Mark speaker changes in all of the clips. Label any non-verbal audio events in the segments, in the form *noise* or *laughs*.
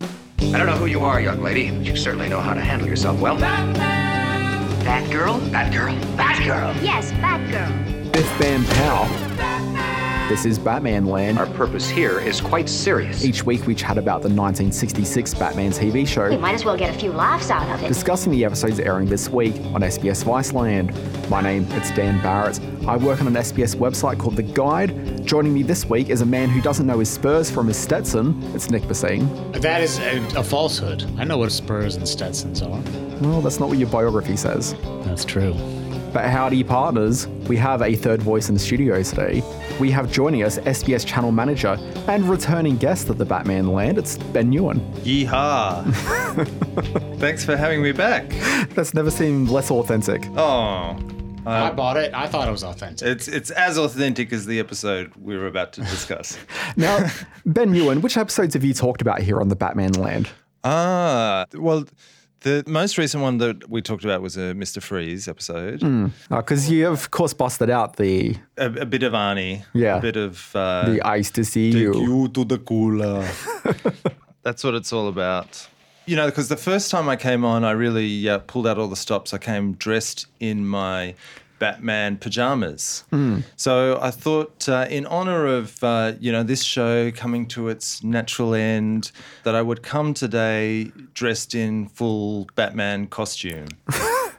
Speaker 1: I don't know who you are, young lady, but you certainly know how to handle yourself well. That girl? That girl? That girl!
Speaker 2: Yes, Batgirl.
Speaker 3: Biff Bam Pow. This is Batman Land.
Speaker 1: Our purpose here is quite serious.
Speaker 3: Each week we chat about the 1966 Batman TV
Speaker 2: We
Speaker 3: show,
Speaker 2: might as well get a few laughs out of it.
Speaker 3: discussing the episodes airing this week on SBS Viceland. My name is Dan Barrett. I work on an SBS website called The Guide. Joining me this week is a man who doesn't know his Spurs from his Stetson. It's Nick Bassine.
Speaker 4: That is a, a falsehood. I know what Spurs and Stetsons are.
Speaker 3: Well, that's not what your biography says.
Speaker 4: That's true.
Speaker 3: But howdy, partners. We have a third voice in the studio today. We have joining us SBS channel manager and returning guest of the Batman Land. It's Ben Ewan.
Speaker 5: Yeehaw! *laughs* Thanks for having me back.
Speaker 3: That's never seemed less authentic.
Speaker 5: Oh,
Speaker 4: I bought it. I thought it was authentic.
Speaker 5: it's it's as authentic as the episode we were about to discuss.
Speaker 3: Now, Ben Ewan, which episodes have you talked about here on the Batman Land?
Speaker 5: *laughs* ah, well, the most recent one that we talked about was a Mister Freeze episode.
Speaker 3: Hmm. Because Uh, you, of course, busted out the
Speaker 5: A, a bit of Arnie.
Speaker 3: Yeah.
Speaker 5: A bit of. Uh,
Speaker 3: the ice to see
Speaker 5: take
Speaker 3: you.
Speaker 5: to the cooler. *laughs* That's what it's all about. You know, because the first time I came on, I really uh, pulled out all the stops. I came dressed in my Batman pajamas.
Speaker 3: Hmm.
Speaker 5: So I thought, uh, in honor of, uh, you know, this show coming to its natural end, that I would come today dressed in full Batman costume.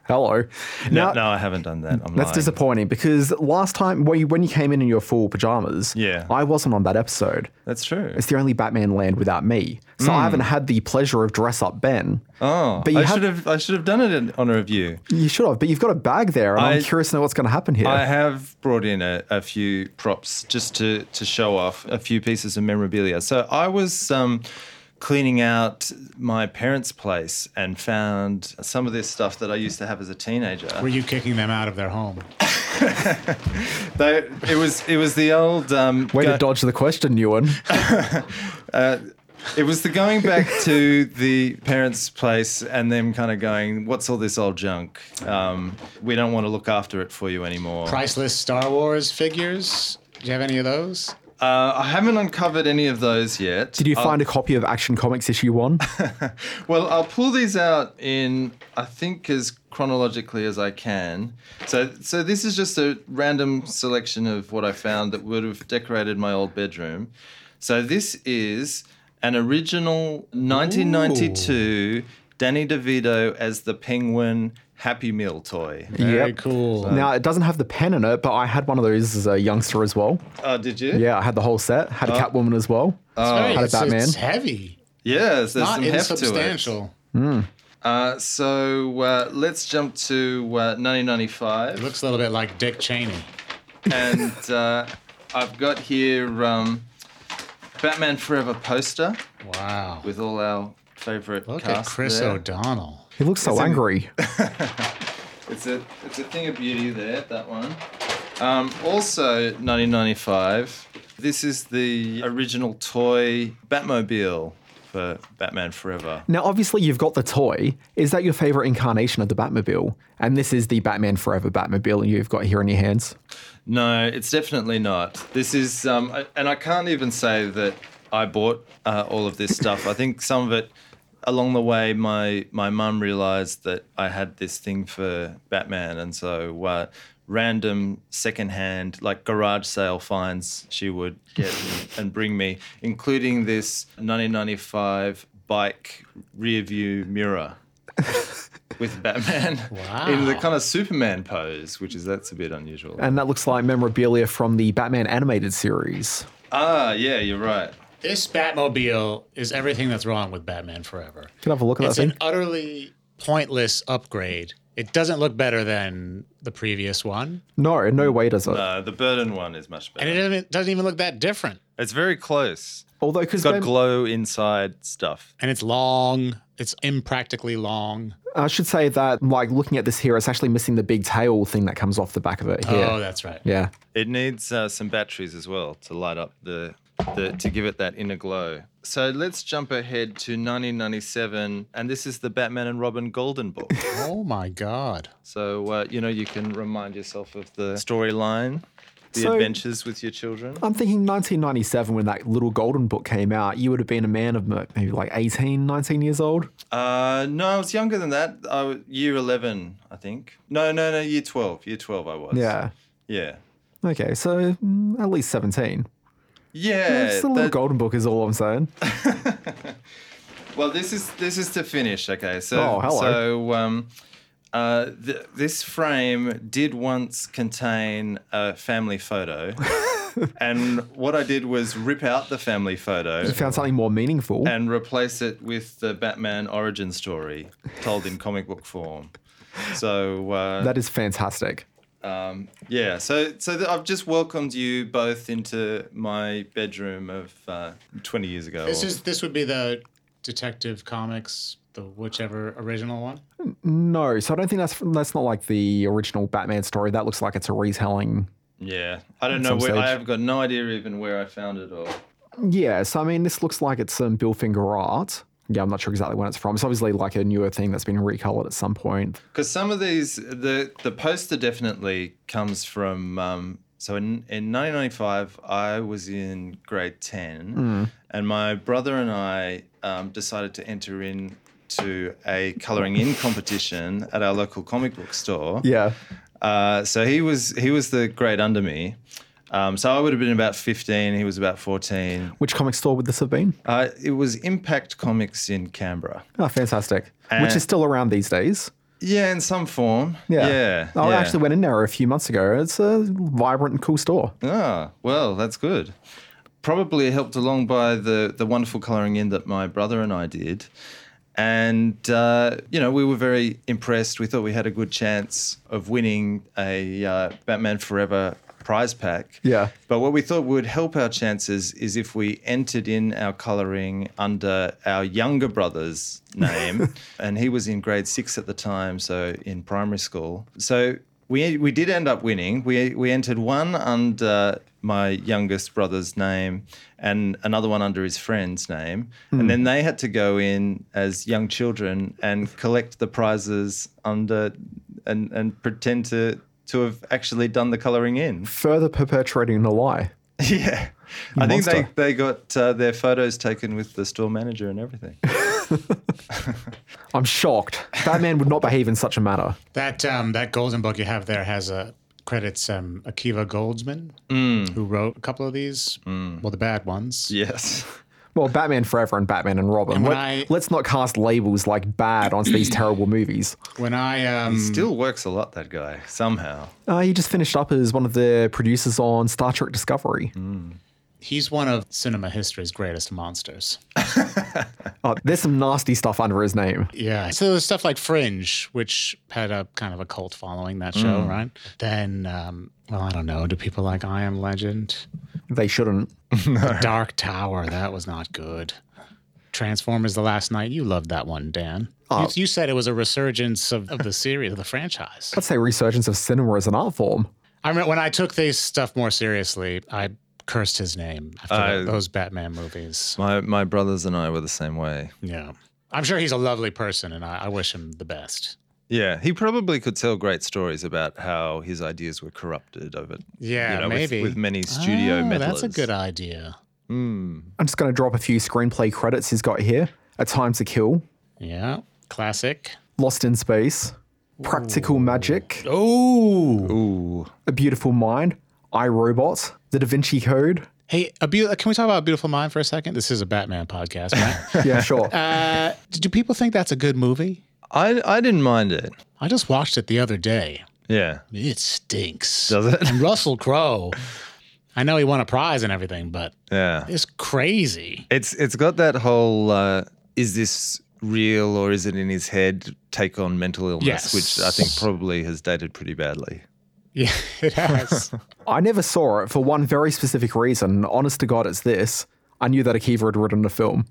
Speaker 3: Hello.
Speaker 5: No,
Speaker 3: Now,
Speaker 5: no, I haven't done that. I'm
Speaker 3: that's
Speaker 5: lying.
Speaker 3: disappointing because last time when you, when you came in in your full pajamas,
Speaker 5: Yeah.
Speaker 3: I wasn't on that episode.
Speaker 5: That's true.
Speaker 3: It's the only Batman Land without me, so
Speaker 5: Hmm.
Speaker 3: I haven't had the pleasure of dress up Ben.
Speaker 5: Oh,
Speaker 3: but you
Speaker 5: I
Speaker 3: have-
Speaker 5: should have. I should have done it in honor of you.
Speaker 3: You should have, but you've got a bag there, and I, am
Speaker 5: I-
Speaker 3: curious to know what's going to happen here.
Speaker 5: I have brought in a, a few props just to, to show off a few pieces of memorabilia. So I was um, cleaning out my parents' place and found some of this stuff that I used to have as a
Speaker 4: Were
Speaker 5: teenager.
Speaker 4: you kicking them out of their home?
Speaker 5: They, it was it was the old um,
Speaker 3: Way to
Speaker 5: go-
Speaker 3: dodge the question,
Speaker 5: *laughs*
Speaker 3: Ewan.
Speaker 5: it was the going back to the parents' place and them kind of going, "What's all this old junk? Um, we don't want to look after it for you anymore."
Speaker 4: Priceless Star Wars figures? Do you have any of those?
Speaker 5: Uh, I haven't uncovered any of those yet.
Speaker 3: Did you find a copy of Action Comics issue
Speaker 5: *laughs*
Speaker 3: one?
Speaker 5: Well, I'll pull these out in I think as chronologically as I can. So so this is just a random selection of what I found that would have decorated my old bedroom. So this is an original 1992 Danny DeVito as the Penguin Happy Meal toy.
Speaker 4: Very
Speaker 3: Yep.
Speaker 4: cool.
Speaker 3: Now it doesn't have the pen in it, but I had one of those as a youngster as well.
Speaker 5: Oh, did you?
Speaker 3: Yeah, I had the whole set. Had a
Speaker 5: Uh,
Speaker 3: Catwoman as well.
Speaker 4: it's, very,
Speaker 3: How did
Speaker 4: it's,
Speaker 3: Batman?
Speaker 4: it's heavy,
Speaker 5: Yes, there's
Speaker 4: not
Speaker 5: some heft to it.
Speaker 4: insubstantial.
Speaker 5: Uh, so uh, let's jump to uh, 1995.
Speaker 4: It looks a little bit like Dick Cheney.
Speaker 5: and uh, I've got here um, Batman Forever poster
Speaker 4: Wow.
Speaker 5: with all our favourite
Speaker 4: Look at
Speaker 5: cast
Speaker 4: Chris
Speaker 5: there.
Speaker 4: O'Donnell.
Speaker 3: he looks so
Speaker 5: It's in- *laughs*
Speaker 3: angry.
Speaker 5: It's a it's a thing of beauty there. That one. Um, also, 1995. This is the original toy Batmobile for Batman Forever.
Speaker 3: now, obviously, you've got the toy. Is that your favorite incarnation of the Batmobile? And this is the Batman Forever Batmobile you've got here in your hands.
Speaker 5: No, it's definitely not. This is, um, I- and I can't even say that I bought uh, all of this stuff. I think some of it along the way, my my mum realised that I had this thing for Batman, and so uh, random secondhand, like garage sale finds, she would get and bring me, including this 1995 bike rear view mirror. With Batman in the
Speaker 4: Wow.
Speaker 5: kind of Superman pose, which is that's a bit unusual.
Speaker 3: And that looks like memorabilia from the Batman animated series.
Speaker 5: Ah, yeah, you're right.
Speaker 4: This Batmobile is everything that's wrong with Batman Forever.
Speaker 3: Can I have a look at
Speaker 4: It's
Speaker 3: that thing?
Speaker 4: an utterly pointless upgrade. It doesn't look better than the previous one,
Speaker 3: no, in no way does it.
Speaker 5: Uh, the burden one is much
Speaker 4: and
Speaker 5: better.
Speaker 4: it doesn't, it doesn't even look that different.
Speaker 5: it's very close.
Speaker 3: Although, because
Speaker 5: It's got glow inside stuff.
Speaker 4: And it's long. It's impractically long.
Speaker 3: I should say that, like, looking at this here, it's actually missing the big tail thing that comes off the back of it
Speaker 5: Uh.
Speaker 3: here.
Speaker 4: Oh, that's right.
Speaker 3: yeah.
Speaker 5: It needs uh, some batteries as well to light up the, the to give it that inner glow. So let's jump ahead to 1997, and this is the Batman and Robin
Speaker 3: *laughs*
Speaker 5: Golden book.
Speaker 4: Oh my God.
Speaker 5: so uh, you know you can remind yourself of the storyline. the
Speaker 3: So-
Speaker 5: adventures with your children?
Speaker 3: I'm thinking 1997 when that little golden book came out, you would have been a man of m- maybe like 18, 19 years old.
Speaker 5: Uh, no, I was younger than that. I was year eleven, I think. No, no, no, year twelve. Year twelve, I was.
Speaker 3: Yeah.
Speaker 5: yeah,
Speaker 3: Okay, so mm, at least 17.
Speaker 5: yeah.
Speaker 3: it's the little
Speaker 5: that-
Speaker 3: golden book, is all I'm
Speaker 5: *laughs*
Speaker 3: saying.
Speaker 5: Well, this is this is to finish. Okay, so
Speaker 3: Oh, hello.
Speaker 5: so um, uh, th- this frame did once contain a
Speaker 3: *laughs*
Speaker 5: family photo, and what I did was rip out the family photo
Speaker 3: You found something more meaningful.
Speaker 5: and replace it with the Batman origin story told in comic book form. So uh,
Speaker 3: that is fantastic.
Speaker 5: yeah, so so th- I've just welcomed you both into my bedroom of uh, twenty years ago.
Speaker 4: This
Speaker 5: or-
Speaker 4: is this would be the Detective Comics, the whichever original one.
Speaker 3: No, so I don't think that's that's not like the original Batman story. That looks like it's a retelling.
Speaker 5: yeah, I don't know.
Speaker 3: some
Speaker 5: Where,
Speaker 3: stage.
Speaker 5: I have got no idea even where I found it or.
Speaker 3: Yeah, so I mean, this looks like it's some Bill Finger art. Yeah, I'm not sure exactly when it's from. It's obviously like a newer thing that's been recolored at some point.
Speaker 5: Because some of these, the the poster definitely comes from. Um, so in, in 1995, I was in grade 10,
Speaker 3: Mm.
Speaker 5: and my brother and I um, decided to enter in to a colouring in competition at our local comic book store.
Speaker 3: Yeah.
Speaker 5: Uh, so he was he was the grade under me. Um, so I would have been about 15. He was about 14.
Speaker 3: Which comic store would this have been?
Speaker 5: Uh, it was Impact Comics in Canberra.
Speaker 3: Oh, fantastic. Which
Speaker 5: Uh,
Speaker 3: is still around these days.
Speaker 5: Yeah, in some form.
Speaker 3: Yeah.
Speaker 5: Yeah.
Speaker 3: I
Speaker 5: yeah.
Speaker 3: actually went in there a few months ago. It's a vibrant and cool store.
Speaker 5: Ah, well, that's good. Probably helped along by the the wonderful colouring in that my brother and I did, and uh, you know we were very impressed. We thought we had a good chance of winning a uh, Batman Forever prize pack.
Speaker 3: Yeah.
Speaker 5: But what we thought would help our chances is if we entered in our colouring under our younger brother's name, and he was in grade six at the time, so in primary school. So we we did end up winning. We we entered one under my youngest brother's name and another one under his friend's name, and then they had to go in as young children and collect the prizes under and and pretend to. To have actually done the colouring in.
Speaker 3: Further perpetuating the lie.
Speaker 5: *laughs* Yeah. I think they,
Speaker 3: monster.
Speaker 5: they got uh, their photos taken with the store manager and everything.
Speaker 3: I'm shocked. Batman would not behave in such a manner.
Speaker 4: That um, that golden book you have there has a credits um, Akiva Goldsman, who wrote a couple of these. Well, the bad ones.
Speaker 5: *laughs* yes.
Speaker 3: Well, Batman Forever and Batman and Robin.
Speaker 4: when
Speaker 3: Let,
Speaker 4: I-
Speaker 3: us not cast labels like bad onto these terrible movies.
Speaker 4: When I um,
Speaker 5: Still works a lot, that guy, somehow.
Speaker 3: Uh, he just finished up as one of the producers on Star Trek Discovery.
Speaker 5: Mm.
Speaker 4: he's one of cinema history's greatest monsters.
Speaker 3: Uh, there's some nasty stuff under his name.
Speaker 4: Yeah. So there's stuff like Fringe, which had a kind of a cult following that show,
Speaker 5: Mm.
Speaker 4: right? Then, um, well, I don't know. Do people like I Am Legend?
Speaker 3: They shouldn't.
Speaker 4: The Dark Tower, that was not good. Transformers The Last Night, you loved that one, Dan. You, you said it was a resurgence of, of the series, of the franchise.
Speaker 3: I'd say resurgence of cinema as an art form.
Speaker 4: I remember when I took this stuff more seriously, I cursed his name after
Speaker 5: Uh,
Speaker 4: those Batman movies.
Speaker 5: My, my brothers and I were the same way.
Speaker 4: Yeah. I'm sure he's a lovely person and I, I wish him the best.
Speaker 5: Yeah. He probably could tell great stories about how his ideas were corrupted over,
Speaker 4: Yeah,
Speaker 5: you know, with-
Speaker 4: maybe.
Speaker 5: With, many studio
Speaker 4: oh,
Speaker 5: meddlers.
Speaker 4: That's a good idea.
Speaker 3: I'm just going to drop a few screenplay credits he's got here A Time to Kill,
Speaker 4: Yeah. Classic.
Speaker 3: Lost in Space, Practical Magic,
Speaker 4: Oh.
Speaker 5: Ooh.
Speaker 3: A Beautiful Mind, I Robot, The Da Vinci Code.
Speaker 4: Hey, a beau- can we talk about Beautiful Mind for a second? This is a Batman podcast,
Speaker 3: *laughs*
Speaker 4: right?
Speaker 3: Yeah, sure.
Speaker 4: uh, do people think that's a good movie?
Speaker 5: I, I didn't mind it.
Speaker 4: I just watched it the other day.
Speaker 5: Yeah.
Speaker 4: It stinks.
Speaker 5: Does it?
Speaker 4: And Russell Crowe, I know he won a prize and everything, but
Speaker 5: Yeah.
Speaker 4: it's crazy. *laughs*
Speaker 5: It's It's got that whole uh, is this real or is it in his head take on mental illness,
Speaker 4: Yes.
Speaker 5: which I think probably has dated pretty badly.
Speaker 4: Yeah, it has.
Speaker 3: I never saw it for one very specific reason. Honest to God, it's this. I knew that Akiva had written the film.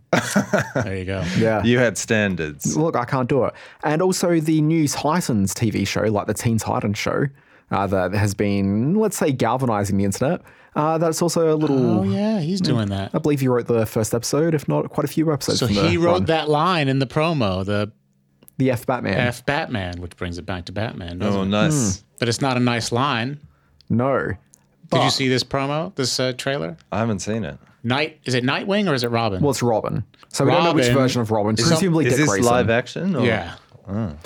Speaker 4: there you go.
Speaker 3: Yeah.
Speaker 5: You had standards.
Speaker 3: Look, I can't do it. And also the new Titans TV show, like the Teen Titans show, uh, that has been, let's say, galvanizing the internet. Uh, that's also a little.
Speaker 4: Oh yeah, he's doing that.
Speaker 3: I believe he wrote the first episode, if not quite a few episodes.
Speaker 4: So
Speaker 3: from the
Speaker 4: he wrote
Speaker 3: run.
Speaker 4: that line in the promo, the
Speaker 3: the F Batman.
Speaker 4: F
Speaker 3: hmm.
Speaker 4: Batman, which brings it back to Batman. doesn't
Speaker 5: Oh,
Speaker 4: it?
Speaker 5: nice.
Speaker 4: But it's not a nice line.
Speaker 3: No.
Speaker 4: Did you
Speaker 3: But-
Speaker 4: see this promo? This uh, trailer?
Speaker 5: I haven't seen it.
Speaker 4: Night is it Nightwing or is it Robin?
Speaker 3: Well, it's Robin. So we don't know which
Speaker 4: Robin.
Speaker 3: version of Robin.
Speaker 4: some-
Speaker 3: Presumably
Speaker 5: Is
Speaker 3: Dick
Speaker 5: this
Speaker 3: Grayson.
Speaker 5: live action? Or?
Speaker 4: yeah,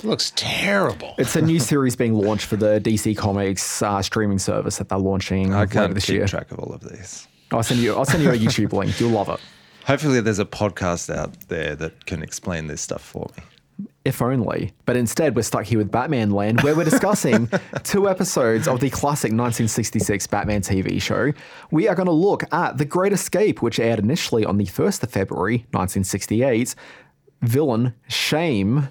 Speaker 4: looks terrible.
Speaker 3: It's a new series being launched for the DC Comics uh, streaming service that they're launching
Speaker 5: I
Speaker 3: later
Speaker 5: can't
Speaker 3: this
Speaker 5: keep
Speaker 3: year.
Speaker 5: track of all of these.
Speaker 3: I'll send you. I'll send you a YouTube link. You'll love it.
Speaker 5: Hopefully, there's a podcast out there that can explain this stuff for me.
Speaker 3: If only. But instead, we're stuck here with Batman Land, where we're
Speaker 5: *laughs*
Speaker 3: discussing two episodes of the classic 1966 Batman TV show. We are going to look at The Great Escape, which aired initially on the 1st of February 1968. Villain Shame.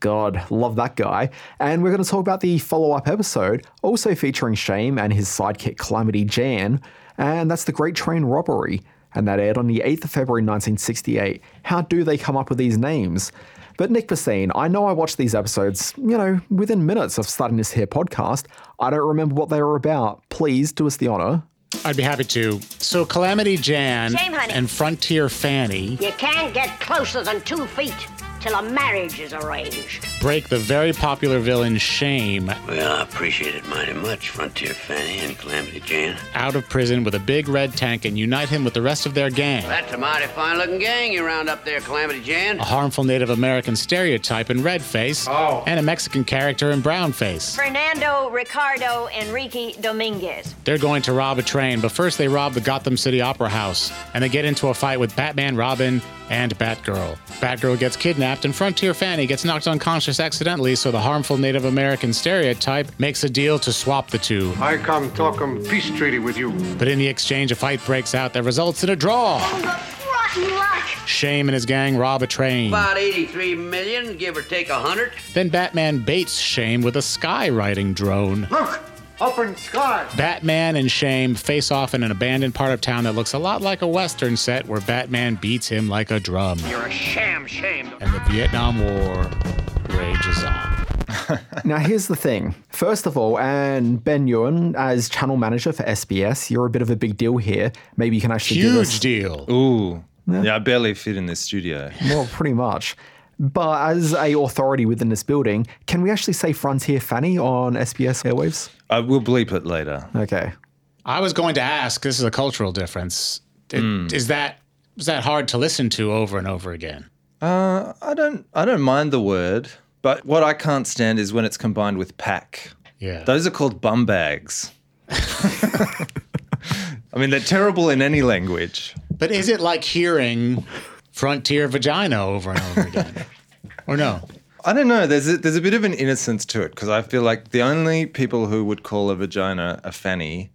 Speaker 3: God, love that guy. And we're going to talk about the follow up episode, also featuring Shame and his sidekick Calamity Jan. And that's The Great Train Robbery. And that aired on the 8th of February 1968. How do they come up with these names? But Nick Bassine, I know I watched these episodes, you know, within minutes of starting this here podcast. I don't remember what they were about. Please do us the honor.
Speaker 4: I'd be happy to. So Calamity Jan
Speaker 2: Shame, honey.
Speaker 4: and Frontier Fanny
Speaker 6: You can't get closer than two feet till a marriage is arranged.
Speaker 4: break the very popular villain Shame
Speaker 7: Well, I appreciate it mighty much, Frontier Fanny and Calamity Jan.
Speaker 4: out of prison with a big red tank and unite him with the rest of their gang.
Speaker 7: That's a mighty fine looking gang you round up there, Calamity Jan.
Speaker 4: A harmful Native American stereotype in red face and a Mexican character in brown face.
Speaker 6: Fernando Ricardo Enrique Dominguez.
Speaker 4: They're going to rob a train, but first they rob the Gotham City Opera House, and they get into a fight with Batman, Robin, and Batgirl. Batgirl gets kidnapped, and Frontier Fanny gets knocked unconscious accidentally, so the harmful Native American stereotype makes a deal to swap the two.
Speaker 8: I come talking peace treaty with you.
Speaker 4: But in the exchange, a fight breaks out that results in a draw.
Speaker 2: Oh, Rotten luck.
Speaker 4: Shame and his gang rob a train.
Speaker 7: About 83 million, give or take a hundred.
Speaker 4: Then Batman baits Shame with a skywriting drone.
Speaker 8: Look, up in sky.
Speaker 4: Batman and Shame face off in an abandoned part of town that looks a lot like a western set where Batman beats him like a drum.
Speaker 1: You're a sham shame.
Speaker 4: and the Vietnam War rages on.
Speaker 3: Now, here's the thing. First of all, and Ben Ewan, as channel manager for SBS, you're a bit of a big deal here. Maybe you can actually do this.
Speaker 4: Huge deal.
Speaker 5: Ooh. Yeah, I barely fit in this studio.
Speaker 3: Well, pretty much. But as a authority within this building, can we actually say Frontier Fanny on SBS airwaves?
Speaker 5: I will bleep it later.
Speaker 3: Okay.
Speaker 4: I was going to ask. This is a cultural difference. It- Is
Speaker 5: Hmm.
Speaker 4: that is that hard to listen to over and over again?
Speaker 5: I don't I don't mind the word, but what I can't stand is when it's combined with pack.
Speaker 4: Yeah.
Speaker 5: Those are called bum bags. *laughs* I mean, they're terrible in any language.
Speaker 4: but is it like hearing Frontier Vagina over and over
Speaker 5: *laughs*
Speaker 4: again? or no?
Speaker 5: I don't know. There's a, there's a bit of an innocence to it because I feel like the only people who would call a vagina a fanny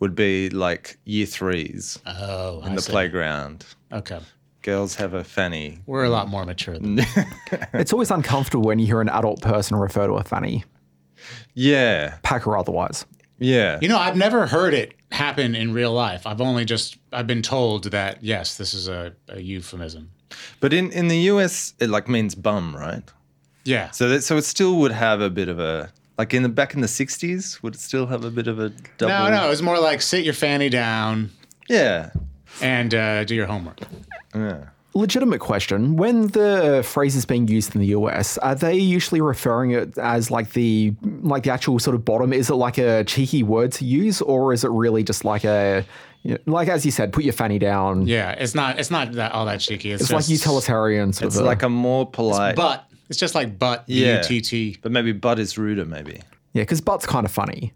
Speaker 5: would be like year threes
Speaker 4: Oh,
Speaker 5: in the playground.
Speaker 4: Okay.
Speaker 5: Girls have a fanny.
Speaker 4: We're a lot more
Speaker 5: Hmm.
Speaker 4: mature than that.
Speaker 3: It's always uncomfortable when you hear an adult person refer to a fanny,
Speaker 5: Yeah,
Speaker 3: pack or otherwise.
Speaker 5: yeah.
Speaker 4: You know, I've never heard it happen in real life. I've only just I've been told that yes, this is a, a euphemism.
Speaker 5: But in, in the US, it like means bum, right?
Speaker 4: Yeah.
Speaker 5: So that so it still would have a bit of a like in the back in the '60s, would it still have a bit of a double?
Speaker 4: no, no, it's more like sit your fanny down
Speaker 5: Yeah,
Speaker 4: and uh, do your homework.
Speaker 3: Legitimate question. When the phrase is being used in the US, are they usually referring it as like the like the actual sort of bottom? Is it like a cheeky word to use, or is it really just like a you know, like as you said, put your fanny down?
Speaker 4: Yeah, it's not it's not that all that cheeky. It's,
Speaker 3: It's
Speaker 4: just,
Speaker 3: like utilitarian sort
Speaker 5: it's
Speaker 3: of a-
Speaker 5: like a more polite.
Speaker 4: But it's just like but
Speaker 5: Yeah.
Speaker 4: yeah. UTT.
Speaker 5: but maybe butt is ruder. Maybe
Speaker 3: yeah, because butt's kind of funny.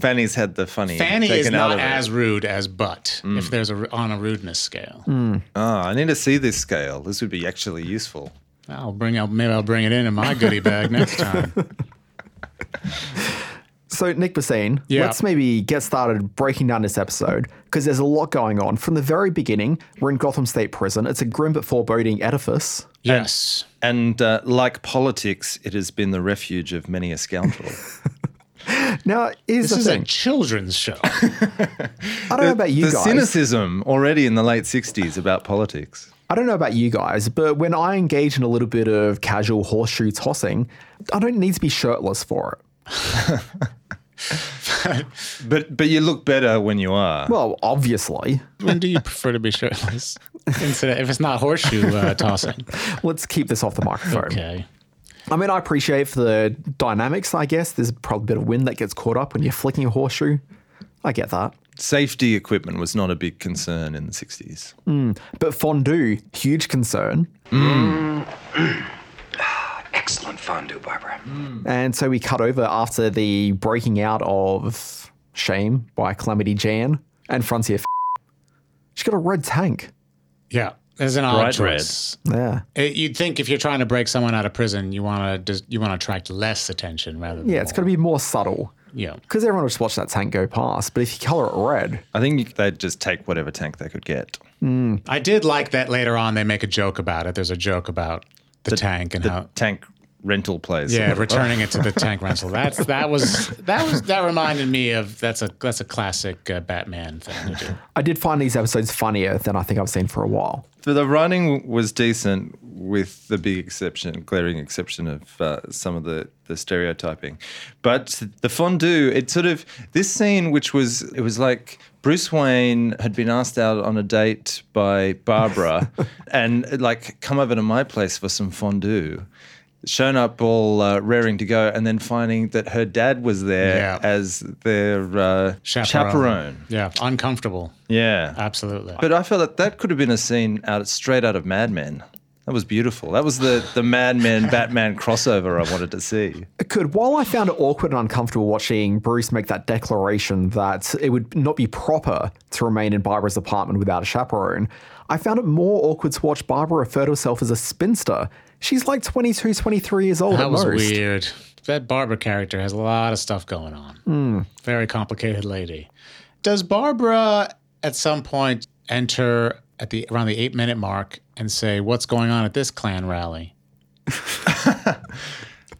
Speaker 5: Fanny's had the funny.
Speaker 4: Fanny is
Speaker 5: taken out
Speaker 4: not
Speaker 5: of it.
Speaker 4: as rude as but if there's a on a rudeness scale.
Speaker 5: Oh, I need to see this scale. This would be actually useful.
Speaker 4: I'll bring out maybe I'll bring it in in my goodie bag next time.
Speaker 3: So, Nick Bassine,
Speaker 4: Yeah.
Speaker 3: let's maybe get started breaking down this episode because there's a lot going on. From the very beginning, we're in Gotham State Prison. It's a grim but foreboding edifice.
Speaker 4: Yes.
Speaker 5: And uh, like politics, it has been the refuge of many
Speaker 3: *laughs*
Speaker 5: a scoundrel.
Speaker 3: Now, here's
Speaker 4: This
Speaker 3: the
Speaker 4: is a
Speaker 3: thing.
Speaker 4: children's show.
Speaker 3: I don't know about you
Speaker 5: the
Speaker 3: guys.
Speaker 5: cynicism already in the late '60s about politics.
Speaker 3: I don't know about you guys, but when I engage in a little bit of casual horseshoe tossing, I don't need to be shirtless for it.
Speaker 5: But but you look better when you are.
Speaker 3: Well, obviously.
Speaker 4: when do you prefer to be shirtless? Instead, if it's not horseshoe uh, tossing.
Speaker 3: Let's keep this off the microphone.
Speaker 4: Okay.
Speaker 3: I mean, I appreciate for the dynamics, I guess. There's probably a bit of wind that gets caught up when you're flicking a horseshoe. I get that.
Speaker 5: Safety equipment was not a big concern in the 60s.
Speaker 3: But fondue, huge concern.
Speaker 1: Excellent fondue, Barbara.
Speaker 3: And so we cut over after the breaking out of Shame by Calamity Jan and Frontier. F- She's got a red tank.
Speaker 4: Yeah. There's an odd
Speaker 5: Bright red.
Speaker 4: choice.
Speaker 3: Yeah.
Speaker 4: It- you'd think if you're trying to break someone out of prison, you want to you want to attract less attention rather than
Speaker 3: Yeah, it's got to be more subtle
Speaker 4: be yeah.
Speaker 3: because everyone will just watch that tank go past. But if you color it red,
Speaker 5: I think they'd just take whatever tank they could get.
Speaker 4: I did like that later on they make a joke about it. There's a joke about the, tank and
Speaker 5: The
Speaker 4: how
Speaker 5: tank rental place.
Speaker 4: Uh,
Speaker 5: *laughs*
Speaker 4: yeah, returning it to the tank rental. That's that was that was that reminded me of that's a that's a classic uh, Batman thing to do.
Speaker 3: I did find these episodes funnier than I think I've seen for a while.
Speaker 5: The, the writing was decent, with the big exception, glaring exception of uh, some of the, the stereotyping. But the fondue, it sort of this scene, which was it was like Bruce Wayne had been asked out on a date by
Speaker 4: *laughs*
Speaker 5: Barbara, and like come over to my place for some fondue. Shown up all uh, raring to go, and then finding that her dad was there
Speaker 4: Yeah.
Speaker 5: as their uh,
Speaker 4: Chaperone.
Speaker 5: chaperone.
Speaker 4: Yeah, uncomfortable.
Speaker 5: Yeah,
Speaker 4: Absolutely.
Speaker 5: but I felt that that could have been a scene out straight out of Mad Men. That was beautiful. That was the the Mad Men Batman crossover I wanted to see.
Speaker 3: It could. While I found it awkward and uncomfortable watching Bruce make that declaration that it would not be proper to remain in Barbara's apartment without a chaperone, I found it more awkward to watch Barbara refer to herself as a spinster. She's like 22, 23 years old
Speaker 4: that
Speaker 3: at
Speaker 4: was
Speaker 3: most.
Speaker 4: weird. That Barbara character has a lot of stuff going on. Very complicated lady. Does Barbara at some point enter at the around the eight minute mark and say, "What's going on at this clan rally?"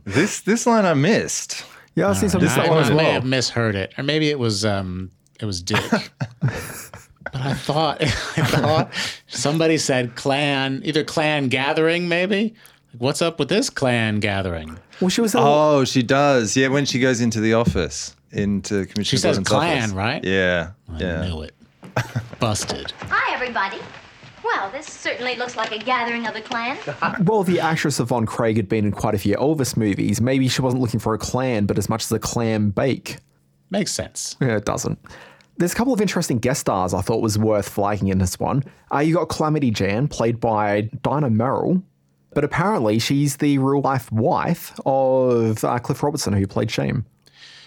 Speaker 5: This this line I missed.
Speaker 3: Yeah, I've seen something
Speaker 4: I,
Speaker 3: that one as
Speaker 4: I may
Speaker 3: well.
Speaker 4: have misheard it, or maybe it was um, it was Dick. but I thought *laughs* I thought somebody said clan, either clan gathering, maybe. Like, What's up with this clan gathering?
Speaker 3: Well, she was a little-
Speaker 5: Oh, she does. Yeah, when she goes into the office, into Commissioner
Speaker 4: She says
Speaker 5: Gordon's
Speaker 4: clan,
Speaker 5: office.
Speaker 4: right?
Speaker 5: Yeah,
Speaker 4: I
Speaker 5: yeah.
Speaker 4: knew it. Busted.
Speaker 2: Hi, everybody. Well, this certainly looks like a gathering of the clan.
Speaker 3: Well, the actress Yvonne Craig had been in quite a few Elvis movies. Maybe she wasn't looking for a clan, but as much as a clam bake.
Speaker 4: Makes sense.
Speaker 3: Yeah, it doesn't. There's a couple of interesting guest stars I thought was worth flagging in this one. Uh, you got Calamity Jan, played by Dinah Merrill, but apparently she's the real life wife of uh, Cliff Robertson, who played Shame.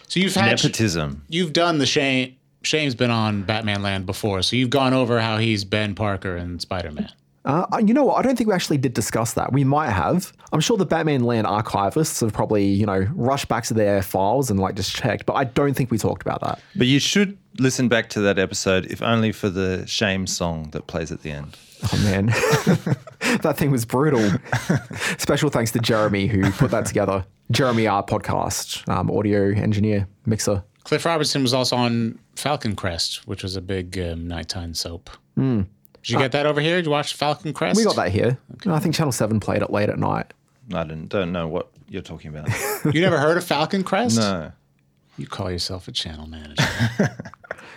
Speaker 4: So you've had
Speaker 5: Nepotism.
Speaker 4: you've done the shame. Shame's been on Batman Land before, so you've gone over how he's Ben Parker and Spider Man.
Speaker 3: Uh, uh, you know what? I don't think we actually did discuss that. We might have. I'm sure the Batman Land archivists have probably, you know, rushed back to their files and like just checked, but I don't think we talked about that.
Speaker 5: But you should listen back to that episode, if only for the shame song that plays at the end.
Speaker 3: Oh man, *laughs* that thing was brutal. Special thanks to Jeremy who put that together. Jeremy, our podcast um, audio engineer mixer.
Speaker 4: Cliff Robertson was also on Falcon Crest, which was a big um, nighttime soap. Did you get that over here? Did you watch Falcon Crest?
Speaker 3: Hmm. We got that here. I think Channel Seven played it late at night.
Speaker 5: I don't, don't know what you're talking
Speaker 4: *laughs*
Speaker 5: about.
Speaker 4: You never heard of Falcon Crest?
Speaker 5: no.
Speaker 4: You call yourself a channel manager.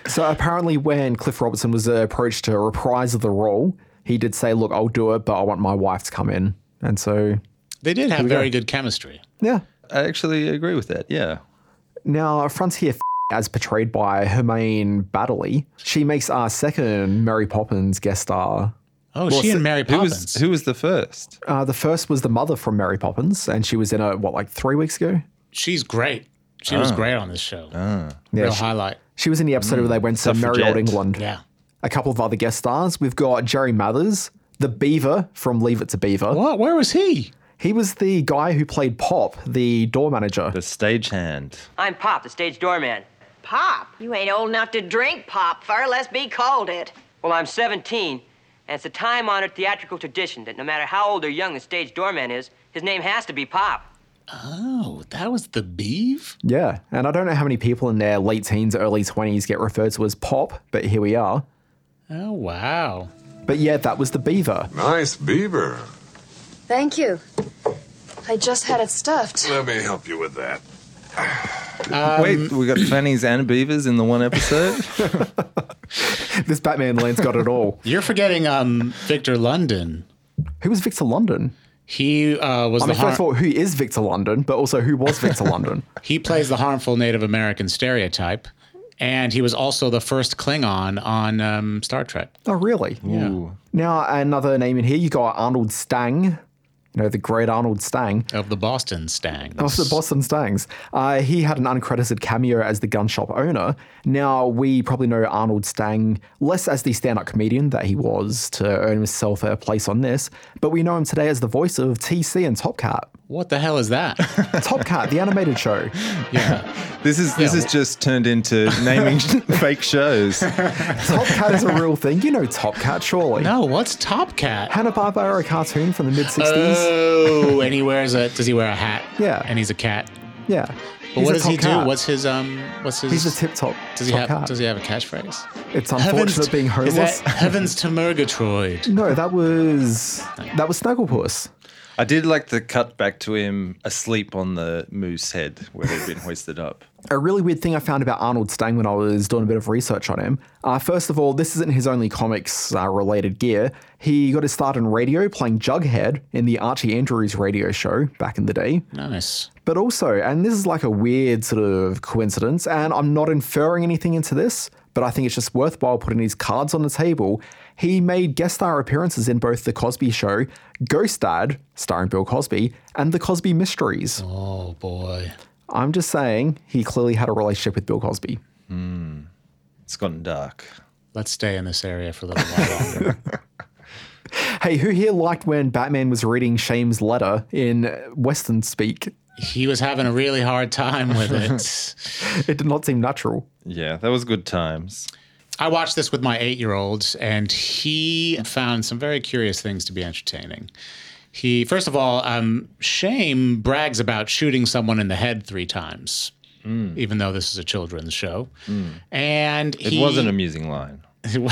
Speaker 3: So apparently, when Cliff Robertson was uh, approached to reprise the role, he did say, "Look, I'll do it, but I want my wife to come in." And so,
Speaker 4: they did have very good chemistry.
Speaker 3: yeah.
Speaker 5: I actually agree with that. Yeah.
Speaker 3: Now, Frontier, F- as portrayed by Hermione Baddeley, she makes our second Mary Poppins guest star
Speaker 4: Oh, she and Mary
Speaker 5: Who
Speaker 4: Poppins.
Speaker 5: was, who was the first?
Speaker 3: Uh, the first was the mother from Mary Poppins, and she was in a what, like three weeks ago.
Speaker 4: She's great. She
Speaker 5: Ah.
Speaker 4: was great on this show.
Speaker 3: Yeah,
Speaker 4: Real
Speaker 3: she,
Speaker 4: highlight.
Speaker 3: she was in the episode where
Speaker 4: Hmm.
Speaker 3: they went to Merry Old
Speaker 5: Suffragette.
Speaker 3: England.
Speaker 4: Yeah.
Speaker 3: A couple of other guest stars. We've got Jerry Mathers, the Beaver from Leave It to Beaver.
Speaker 4: What? Where was he?
Speaker 3: He was the guy who played Pop, the door manager.
Speaker 5: The stagehand.
Speaker 9: I'm Pop, the stage doorman.
Speaker 6: Pop, you ain't old enough to drink pop, fur. Let's be called it.
Speaker 9: Well, I'm 17, and it's a time honored theatrical tradition that no matter how old or young the stage doorman is, his name has to be Pop.
Speaker 4: Oh, that was the beef?
Speaker 3: Yeah, and I don't know how many people in their late teens, early twenties get referred to as Pop, but here we are.
Speaker 4: Oh, wow.
Speaker 3: But yeah, that was the Beaver.
Speaker 10: Nice beaver.
Speaker 11: Thank you. I just had it stuffed.
Speaker 10: Let me help you with that.
Speaker 5: Wait, we got fannies and beavers in the one episode.
Speaker 3: This
Speaker 4: *laughs*
Speaker 3: Batman land's got it all.
Speaker 4: You're forgetting um, Victor London.
Speaker 3: Who was Victor London?
Speaker 4: He uh, was
Speaker 3: I
Speaker 4: the
Speaker 3: mean, first of
Speaker 4: har-
Speaker 3: all, who is Victor London, but also who was Victor
Speaker 4: *laughs*
Speaker 3: London?
Speaker 4: he plays the harmful Native American stereotype, and he was also the first Klingon on um, Star Trek.
Speaker 3: Oh, really?
Speaker 4: Ooh.
Speaker 3: Now, another name in here, you got Arnold Stang, you know, the great Arnold Stang.
Speaker 4: Of the Boston Stang.
Speaker 3: Of the Boston Stangs. Uh, he had an uncredited cameo as the gun shop owner. Now, we probably know Arnold Stang less as the stand up comedian that he was to earn himself a place on this, but we know him today as the voice of TC and Top Cat.
Speaker 4: What the hell
Speaker 3: *laughs*
Speaker 4: is that?
Speaker 3: Top Cat, the animated show.
Speaker 5: This is this is just turned into naming *laughs* fake shows.
Speaker 3: Top Cat is a real thing. You know Top Cat, surely.
Speaker 4: No, what's Top Cat?
Speaker 3: Hanna Barbera cartoon from the mid 60s.
Speaker 4: Oh, and he wears a. Does he wear a hat?
Speaker 3: Yeah.
Speaker 4: And he's a cat.
Speaker 3: yeah.
Speaker 4: But
Speaker 3: He's
Speaker 4: what
Speaker 3: a
Speaker 4: does he
Speaker 3: top cat.
Speaker 4: do? What's his um? What's his?
Speaker 3: He's a tip top.
Speaker 4: Does he
Speaker 3: top
Speaker 4: have?
Speaker 3: cat.
Speaker 4: Does he have a catchphrase?
Speaker 3: It's unfortunate being
Speaker 4: is
Speaker 3: homeless.
Speaker 4: that heavens to
Speaker 3: *laughs*
Speaker 4: Murgatroyd.
Speaker 3: no, that was that was Snugglepuss.
Speaker 5: I did like the cut back to him asleep on the moose head where he'd been hoisted up.
Speaker 3: A really weird thing I found about Arnold Stang when I was doing a bit of research on him. Uh, first of all, this isn't his only comics uh, related gear. He got his start in radio playing Jughead in the Archie Andrews radio show back in the day.
Speaker 4: Nice.
Speaker 3: But also, and this is like a weird sort of coincidence, and I'm not inferring anything into this, but I think it's just worthwhile putting these cards on the table. He made guest star appearances in both The Cosby Show, Ghost Dad, starring Bill Cosby, and The Cosby Mysteries.
Speaker 4: Oh boy.
Speaker 3: I'm just saying, he clearly had a relationship with Bill Cosby.
Speaker 5: It's gotten dark.
Speaker 4: Let's stay in this area for a little while longer.
Speaker 3: Hey, who here liked when Batman was reading Shame's letter in Western speak? *laughs*
Speaker 4: he was having a really hard time with it.
Speaker 3: It did not seem natural.
Speaker 5: Yeah, that was good times.
Speaker 4: I watched this with my eight year old, and he found some very curious things to be entertaining. He, first of all, um, Shame brags about shooting someone in the head three times, even though this is a children's show. And
Speaker 5: It
Speaker 4: he,
Speaker 5: was an amusing line.
Speaker 4: *laughs*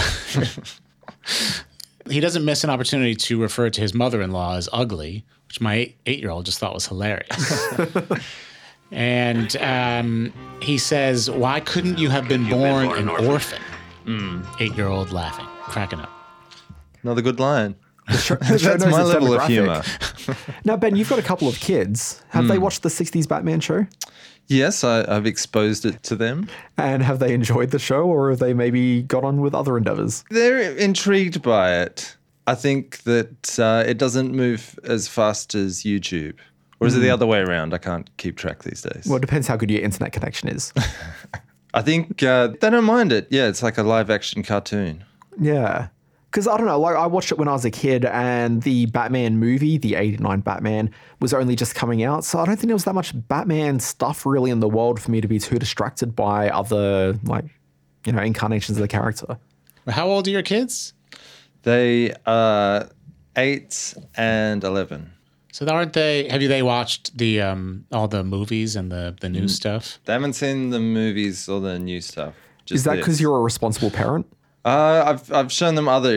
Speaker 4: he doesn't miss an opportunity to refer to his mother in law as ugly, which my eight year old just thought was hilarious. and um, he says, Why couldn't you have been born, an orphan? Hmm. Eight year old laughing, cracking up.
Speaker 5: Another good line.
Speaker 3: The show
Speaker 5: *laughs* That's
Speaker 3: knows
Speaker 5: my
Speaker 3: its
Speaker 5: level of
Speaker 3: demographic.
Speaker 5: humor. Hmm.
Speaker 3: Now, Ben, you've got a couple of kids. Have they watched the 60s Batman show?
Speaker 5: Yes, I, I've exposed it to them.
Speaker 3: And have they enjoyed the show or have they maybe got on with other endeavors?
Speaker 5: They're intrigued by it. I think that uh, it doesn't move as fast as YouTube. Or is it
Speaker 3: Hmm.
Speaker 5: the other way around? I can't keep track these days.
Speaker 3: Well, it depends how good your internet connection is.
Speaker 5: I think uh, they don't mind it. Yeah, it's like a live action cartoon.
Speaker 3: *laughs* yeah. Because I don't know, like I watched it when I was a kid and the Batman movie, the 89 Batman, was only just coming out. So I don't think there was that much Batman stuff really in the world for me to be too distracted by other, like, you know, incarnations of the character.
Speaker 4: How old are your kids?
Speaker 5: They are eight and 11.
Speaker 4: So aren't they? Have you they watched the um, all the movies and the the new stuff?
Speaker 5: They haven't seen the movies or the new stuff.
Speaker 3: Is
Speaker 5: Just
Speaker 3: that because
Speaker 5: this.
Speaker 3: you're a responsible parent?
Speaker 5: Uh, I've I've shown them other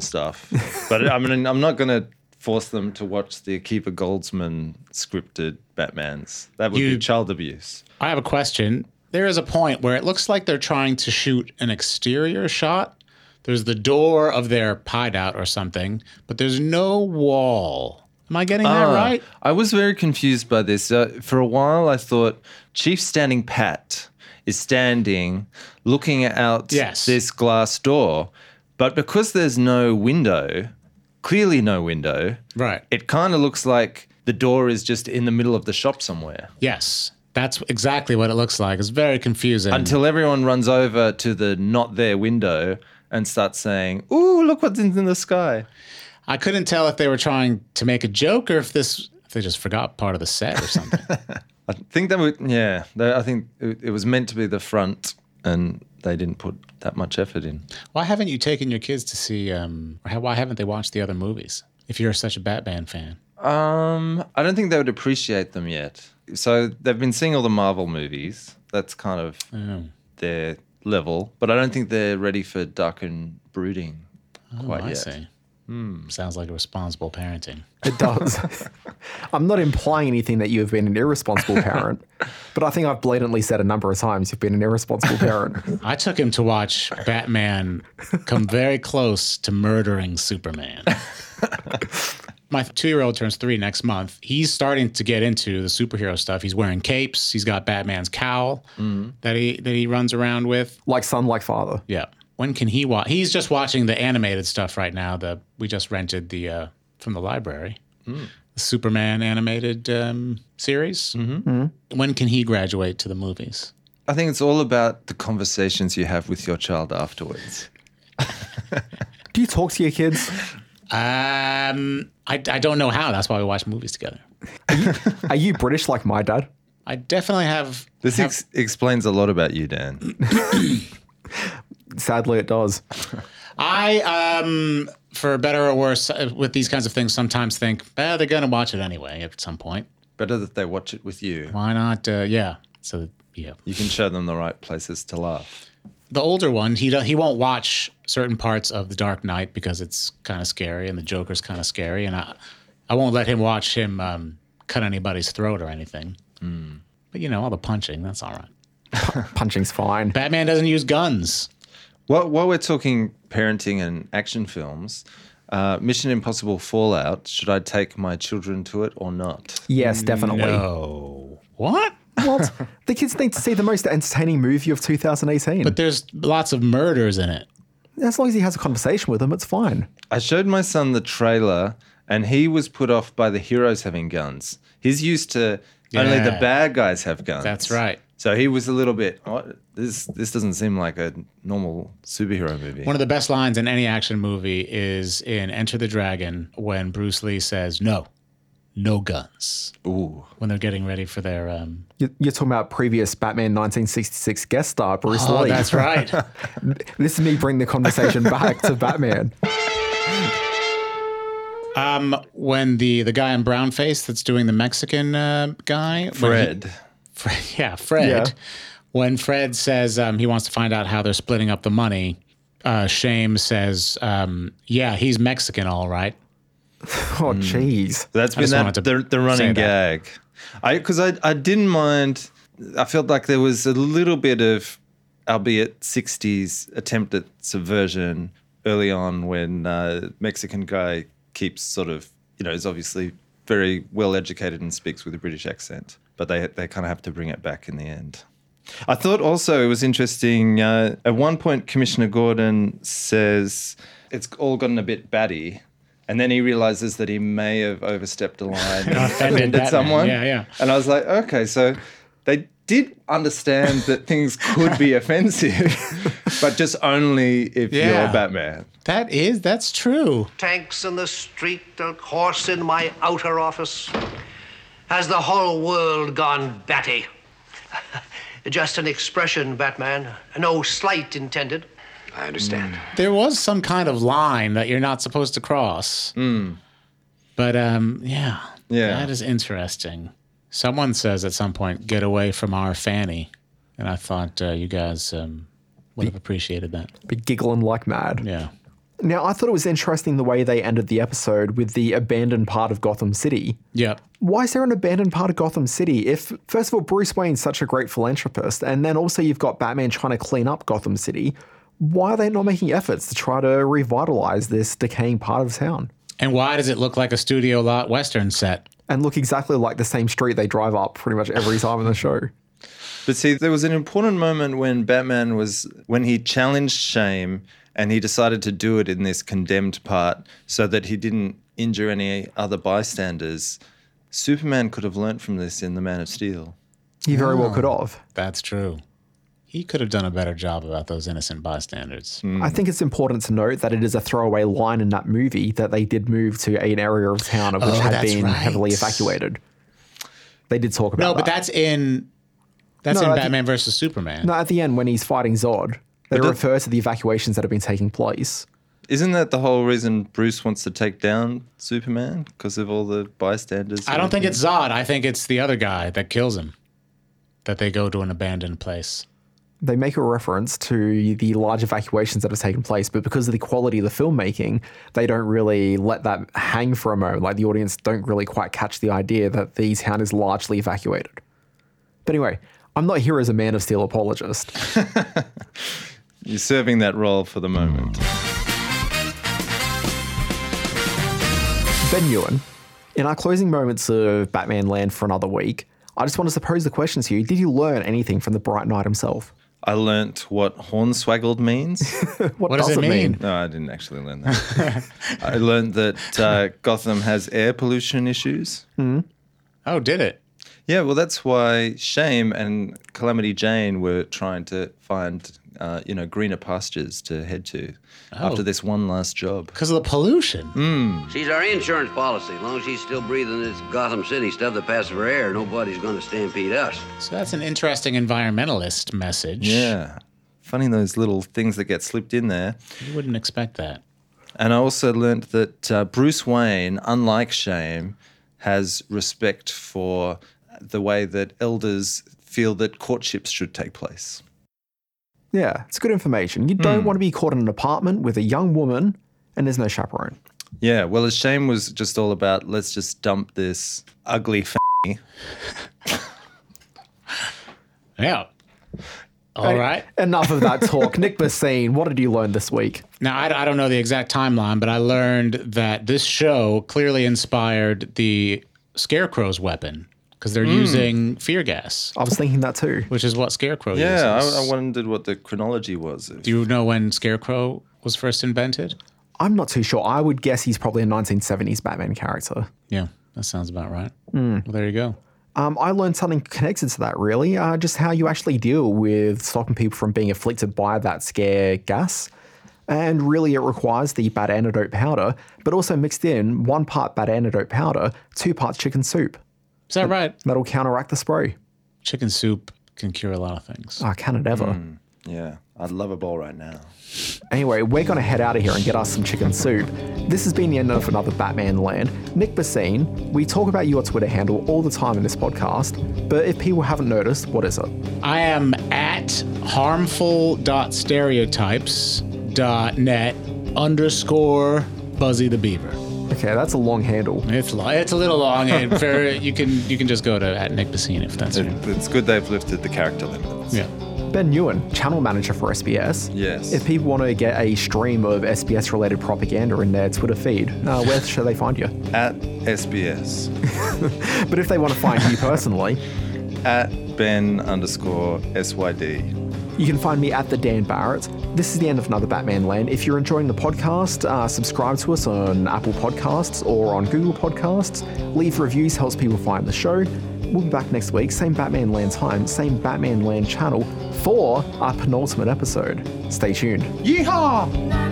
Speaker 3: *laughs*
Speaker 5: stuff, but I mean I'm not gonna force them to watch the Akiva Goldsman scripted Batman's. That would
Speaker 4: You-
Speaker 5: be child abuse.
Speaker 4: I have a question. There is a point where it looks like they're trying to shoot an exterior shot. There's the door of their pied out or something, but there's no wall. Am I getting that
Speaker 5: Ah,
Speaker 4: right?
Speaker 5: I was very confused by this. Uh, for a while, I thought Chief Standing Pat is standing, looking out
Speaker 4: Yes.
Speaker 5: this glass door, but because there's no window, clearly no window,
Speaker 4: Right.
Speaker 5: it kind of looks like the door is just in the middle of the shop somewhere.
Speaker 4: yes. That's exactly what it looks like. It's very confusing.
Speaker 5: until everyone runs over to the not there window and starts saying, "Ooh, look what's in the sky!"
Speaker 4: I couldn't tell if they were trying to make a joke or if this if they just forgot part of the set or
Speaker 5: *laughs*
Speaker 4: something.
Speaker 5: I think that would, yeah, that- I think it, it was meant to be the front, and they didn't put that much effort in.
Speaker 4: why haven't you taken your kids to see um or how, why haven't they watched the other movies if you're such a Batman fan?
Speaker 5: Um, I don't think they would appreciate them yet. So they've been seeing all the Marvel movies. That's kind of their level, but I don't think they're ready for dark and brooding quite
Speaker 4: I
Speaker 5: yet. Hmm.
Speaker 4: see. Sounds like a responsible parenting.
Speaker 3: It does. *laughs* I'm not implying anything that you have been an irresponsible parent, but I think I've blatantly said a number of times you've been an irresponsible *laughs* parent.
Speaker 4: I took him to watch Batman come very close to murdering Superman. My two year old turns three next month. He's starting to get into the superhero stuff. He's wearing capes. He's got Batman's cowl that he that he runs around with.
Speaker 3: Like son, like father.
Speaker 4: Yeah. When can he watch? He's just watching the animated stuff right now. The we just rented the uh, from the library. The Superman animated um, series. When can he graduate to the movies?
Speaker 5: I think it's all about the conversations you have with your child afterwards.
Speaker 3: Do you talk to your
Speaker 4: *laughs*
Speaker 3: kids?
Speaker 4: Um, I, I don't know how. That's why we watch movies together.
Speaker 3: Are you British like my dad?
Speaker 4: I definitely have.
Speaker 5: This ex- explains a lot about you, Dan. *coughs*
Speaker 3: Sadly, it does.
Speaker 4: I um, for better or worse, uh, with these kinds of things, sometimes think, eh, they're gonna watch it anyway at some point.
Speaker 5: Better that they watch it with you.
Speaker 4: Why not? Uh, yeah. So yeah.
Speaker 5: You can show them the right places to laugh.
Speaker 4: the older one, he do- he won't watch certain parts of The Dark Knight because it's kind of scary and the Joker's kind of scary, and I I won't let him watch him um, cut anybody's throat or anything. But you know, all the punching, that's all right.
Speaker 3: Punching's fine.
Speaker 4: Batman doesn't use guns.
Speaker 5: While, while we're talking parenting and action films, uh, Mission Impossible Fallout, should I take my children to it or not?
Speaker 3: Yes, definitely.
Speaker 4: No. What?
Speaker 3: What? the kids need to see the most entertaining movie of 2018.
Speaker 4: But there's lots of murders in it.
Speaker 3: as long as he has a conversation with them, it's fine.
Speaker 5: I showed my son the trailer and he was put off by the heroes having guns. He's used to only the
Speaker 4: Yeah.
Speaker 5: bad guys have guns.
Speaker 4: That's right.
Speaker 5: So he was a little bit, what? this this doesn't seem like a normal superhero movie.
Speaker 4: One of the best lines in any action movie is in Enter the Dragon when Bruce Lee says, "No, no guns."
Speaker 5: Ooh.
Speaker 4: When they're getting ready for their um,
Speaker 3: You- You're talking about previous Batman 1966 guest star Bruce
Speaker 4: oh,
Speaker 3: Lee.
Speaker 4: that's right.
Speaker 3: This is me bringing the
Speaker 4: *laughs*
Speaker 3: conversation back to Batman.
Speaker 4: Um, when the the guy in brown face that's doing the Mexican uh, guy, when he-
Speaker 5: Fred.
Speaker 4: *laughs* Fred, yeah, Fred.
Speaker 3: Yeah.
Speaker 4: When Fred says um, he wants to find out how they're splitting up the money, uh, Shame says, um, "Yeah, he's Mexican, all right."
Speaker 3: Oh,
Speaker 4: Hmm.
Speaker 3: jeez.
Speaker 5: That's
Speaker 4: I
Speaker 5: been
Speaker 4: just
Speaker 5: that,
Speaker 4: wanted to
Speaker 5: the, the
Speaker 4: say
Speaker 5: running
Speaker 4: that.
Speaker 5: gag. I because I I didn't mind. I felt like there was a little bit of, albeit '60s attempt at subversion early on when uh, Mexican guy keeps sort of you know is obviously very well educated and speaks with a British accent, but they they kind of have to bring it back in the end. I thought also it was interesting. Uh, at one point, Commissioner Gordon says it's all gotten a bit batty, and then he realizes that he may have overstepped a
Speaker 4: *laughs*
Speaker 5: line and *laughs* offended
Speaker 4: Batman.
Speaker 5: someone.
Speaker 4: Yeah, yeah.
Speaker 5: And I was like, okay, so they did understand that things could
Speaker 4: *laughs*
Speaker 5: be offensive, but just only if
Speaker 4: Yeah.
Speaker 5: you're Batman.
Speaker 4: That is that's true.
Speaker 8: Tanks in the street, a horse in my outer office. Has the whole world gone batty? *laughs* Just an expression, Batman. No slight intended.
Speaker 1: I understand.
Speaker 4: There was some kind of line that you're not supposed to cross.
Speaker 3: Hmm.
Speaker 4: But um, yeah,
Speaker 5: Yeah.
Speaker 4: that is interesting. Someone says at some point, "Get away from our Fanny," and I thought uh, you guys um, would have appreciated that.
Speaker 3: Be giggling like mad.
Speaker 4: Yeah.
Speaker 3: Now, I thought it was interesting the way they ended the episode with the abandoned part of Gotham City.
Speaker 4: Yep.
Speaker 3: Why is there an abandoned part of Gotham City if, first of all, Bruce Wayne's such a great philanthropist, and then also you've got Batman trying to clean up Gotham City? Why are they not making efforts to try to revitalize this decaying part of town
Speaker 4: And why does it look like a studio lot western set?
Speaker 3: and look exactly like the same street they drive up pretty much every time in the show?
Speaker 5: But see, there was an important moment when Batman was when he challenged shame and he decided to do it in this condemned part so that he didn't injure any other bystanders. Superman could have learnt from this in The Man of Steel.
Speaker 3: He very well could have.
Speaker 4: That's true. He could have done a better job about those innocent bystanders.
Speaker 3: I think it's important to note that it is a throwaway line in that movie that they did move to an area of town of which
Speaker 4: Oh,
Speaker 3: had
Speaker 4: that's
Speaker 3: been
Speaker 4: right.
Speaker 3: heavily evacuated. They did talk about
Speaker 4: No,
Speaker 3: that.
Speaker 4: but that's in that's
Speaker 3: No,
Speaker 4: in
Speaker 3: I think-
Speaker 4: Batman versus Superman.
Speaker 3: No, at the end when he's fighting Zod, they
Speaker 5: that-
Speaker 3: refer to the evacuations that have been taking place.
Speaker 5: Isn't that the whole reason Bruce wants to take down Superman? Because of all the bystanders?
Speaker 4: I don't think it's Zod. I think it's the other guy that kills him. That they go to an abandoned place.
Speaker 3: They make a reference to the large evacuations that have taken place, but because of the quality of the filmmaking, they don't really let that hang for a moment. Like the audience don't really quite catch the idea that the town is largely evacuated. But anyway, I'm not here as a Man of Steel apologist.
Speaker 5: You're serving that role for the moment.
Speaker 3: Ben Ewan, in our closing moments of Batman Land for another week, I just want to pose the questions to you. Did you learn anything from the Bright Knight himself?
Speaker 5: I learnt what hornswaggled means.
Speaker 3: What What does does it it mean? mean?
Speaker 5: No, I didn't actually learn that. I learnt that uh, Gotham has air pollution issues.
Speaker 4: Hmm. Oh, did it?
Speaker 5: Yeah, well, that's why Shame and Calamity Jane were trying to find, uh, you know, greener pastures to head to after this one last job.
Speaker 4: Because of the pollution.
Speaker 5: Mm.
Speaker 7: She's our insurance policy. As long as she's still breathing this Gotham City stuff that passes for air, nobody's going to stampede us.
Speaker 4: So that's an interesting environmentalist message.
Speaker 5: Yeah. Funny those little things that get slipped in there.
Speaker 4: You wouldn't expect that.
Speaker 5: And I also learnt that uh, Bruce Wayne, unlike Shame, has respect for the way that elders feel that courtships should take place.
Speaker 3: Yeah, it's good information. You don't want to be caught in an apartment with a young woman and there's no chaperone.
Speaker 5: Yeah, well, as Shame was just all about, let's just dump this ugly fanny.
Speaker 4: yeah. All
Speaker 3: Hey,
Speaker 4: right.
Speaker 3: Enough of that talk. Nick Bassine, what did you learn this week?
Speaker 4: Now, I, I don't know the exact timeline, but I learned that this show clearly inspired the Scarecrow's weapon because they're
Speaker 3: Mm.
Speaker 4: using fear gas,
Speaker 3: I was thinking that too.
Speaker 4: which is what Scarecrow
Speaker 5: yeah,
Speaker 4: uses.
Speaker 5: I, I wondered what the chronology was.
Speaker 4: Do you know when Scarecrow was first invented?
Speaker 3: I'm not too sure. I would guess he's probably a 1970s Batman character.
Speaker 4: Yeah, that sounds about right.
Speaker 3: Mm.
Speaker 4: Well, there you go.
Speaker 3: Um, I learned something connected to that, really, uh, just how you actually deal with stopping people from being afflicted by that scare gas. And really, it requires the bad antidote powder, but also mixed in one part bad antidote powder, two parts chicken soup.
Speaker 4: Is that right?
Speaker 3: That'll counteract the spray.
Speaker 4: Chicken soup can cure a lot of things.
Speaker 3: Ah, can it ever?
Speaker 5: Yeah, I'd love a ball right now.
Speaker 3: Anyway, we're going to head out of here and get us some chicken soup. This has been the end of another Batman Land. Nick Bassine, we talk about your Twitter handle all the time in this podcast, but if people haven't noticed, what is it?
Speaker 4: I am at harmful.stereotypes.net underscore Buzzy the Beaver.
Speaker 3: Okay, that's a long handle.
Speaker 4: It's long. It's a little long. *laughs* And very, you can you can just go to at Nick Bassine if that's it.
Speaker 5: It's good they've lifted the character limits.
Speaker 4: Yeah.
Speaker 3: Ben Ewan, channel manager for SBS.
Speaker 5: Yes.
Speaker 3: If people want to get a stream of SBS related propaganda in their Twitter feed, uh, where should they find you? *laughs*
Speaker 5: At *laughs* SBS.
Speaker 3: But if they want to find you personally,
Speaker 5: At Ben underscore SYD.
Speaker 3: You can find me at the Dan Barrett. This is the end of another Batman Land. If you're enjoying the podcast, uh, subscribe to us on Apple Podcasts or on Google Podcasts. Leave reviews helps people find the show. We'll be back next week, same Batman Land time, same Batman Land channel for our penultimate episode. Stay tuned.
Speaker 5: Yeehaw!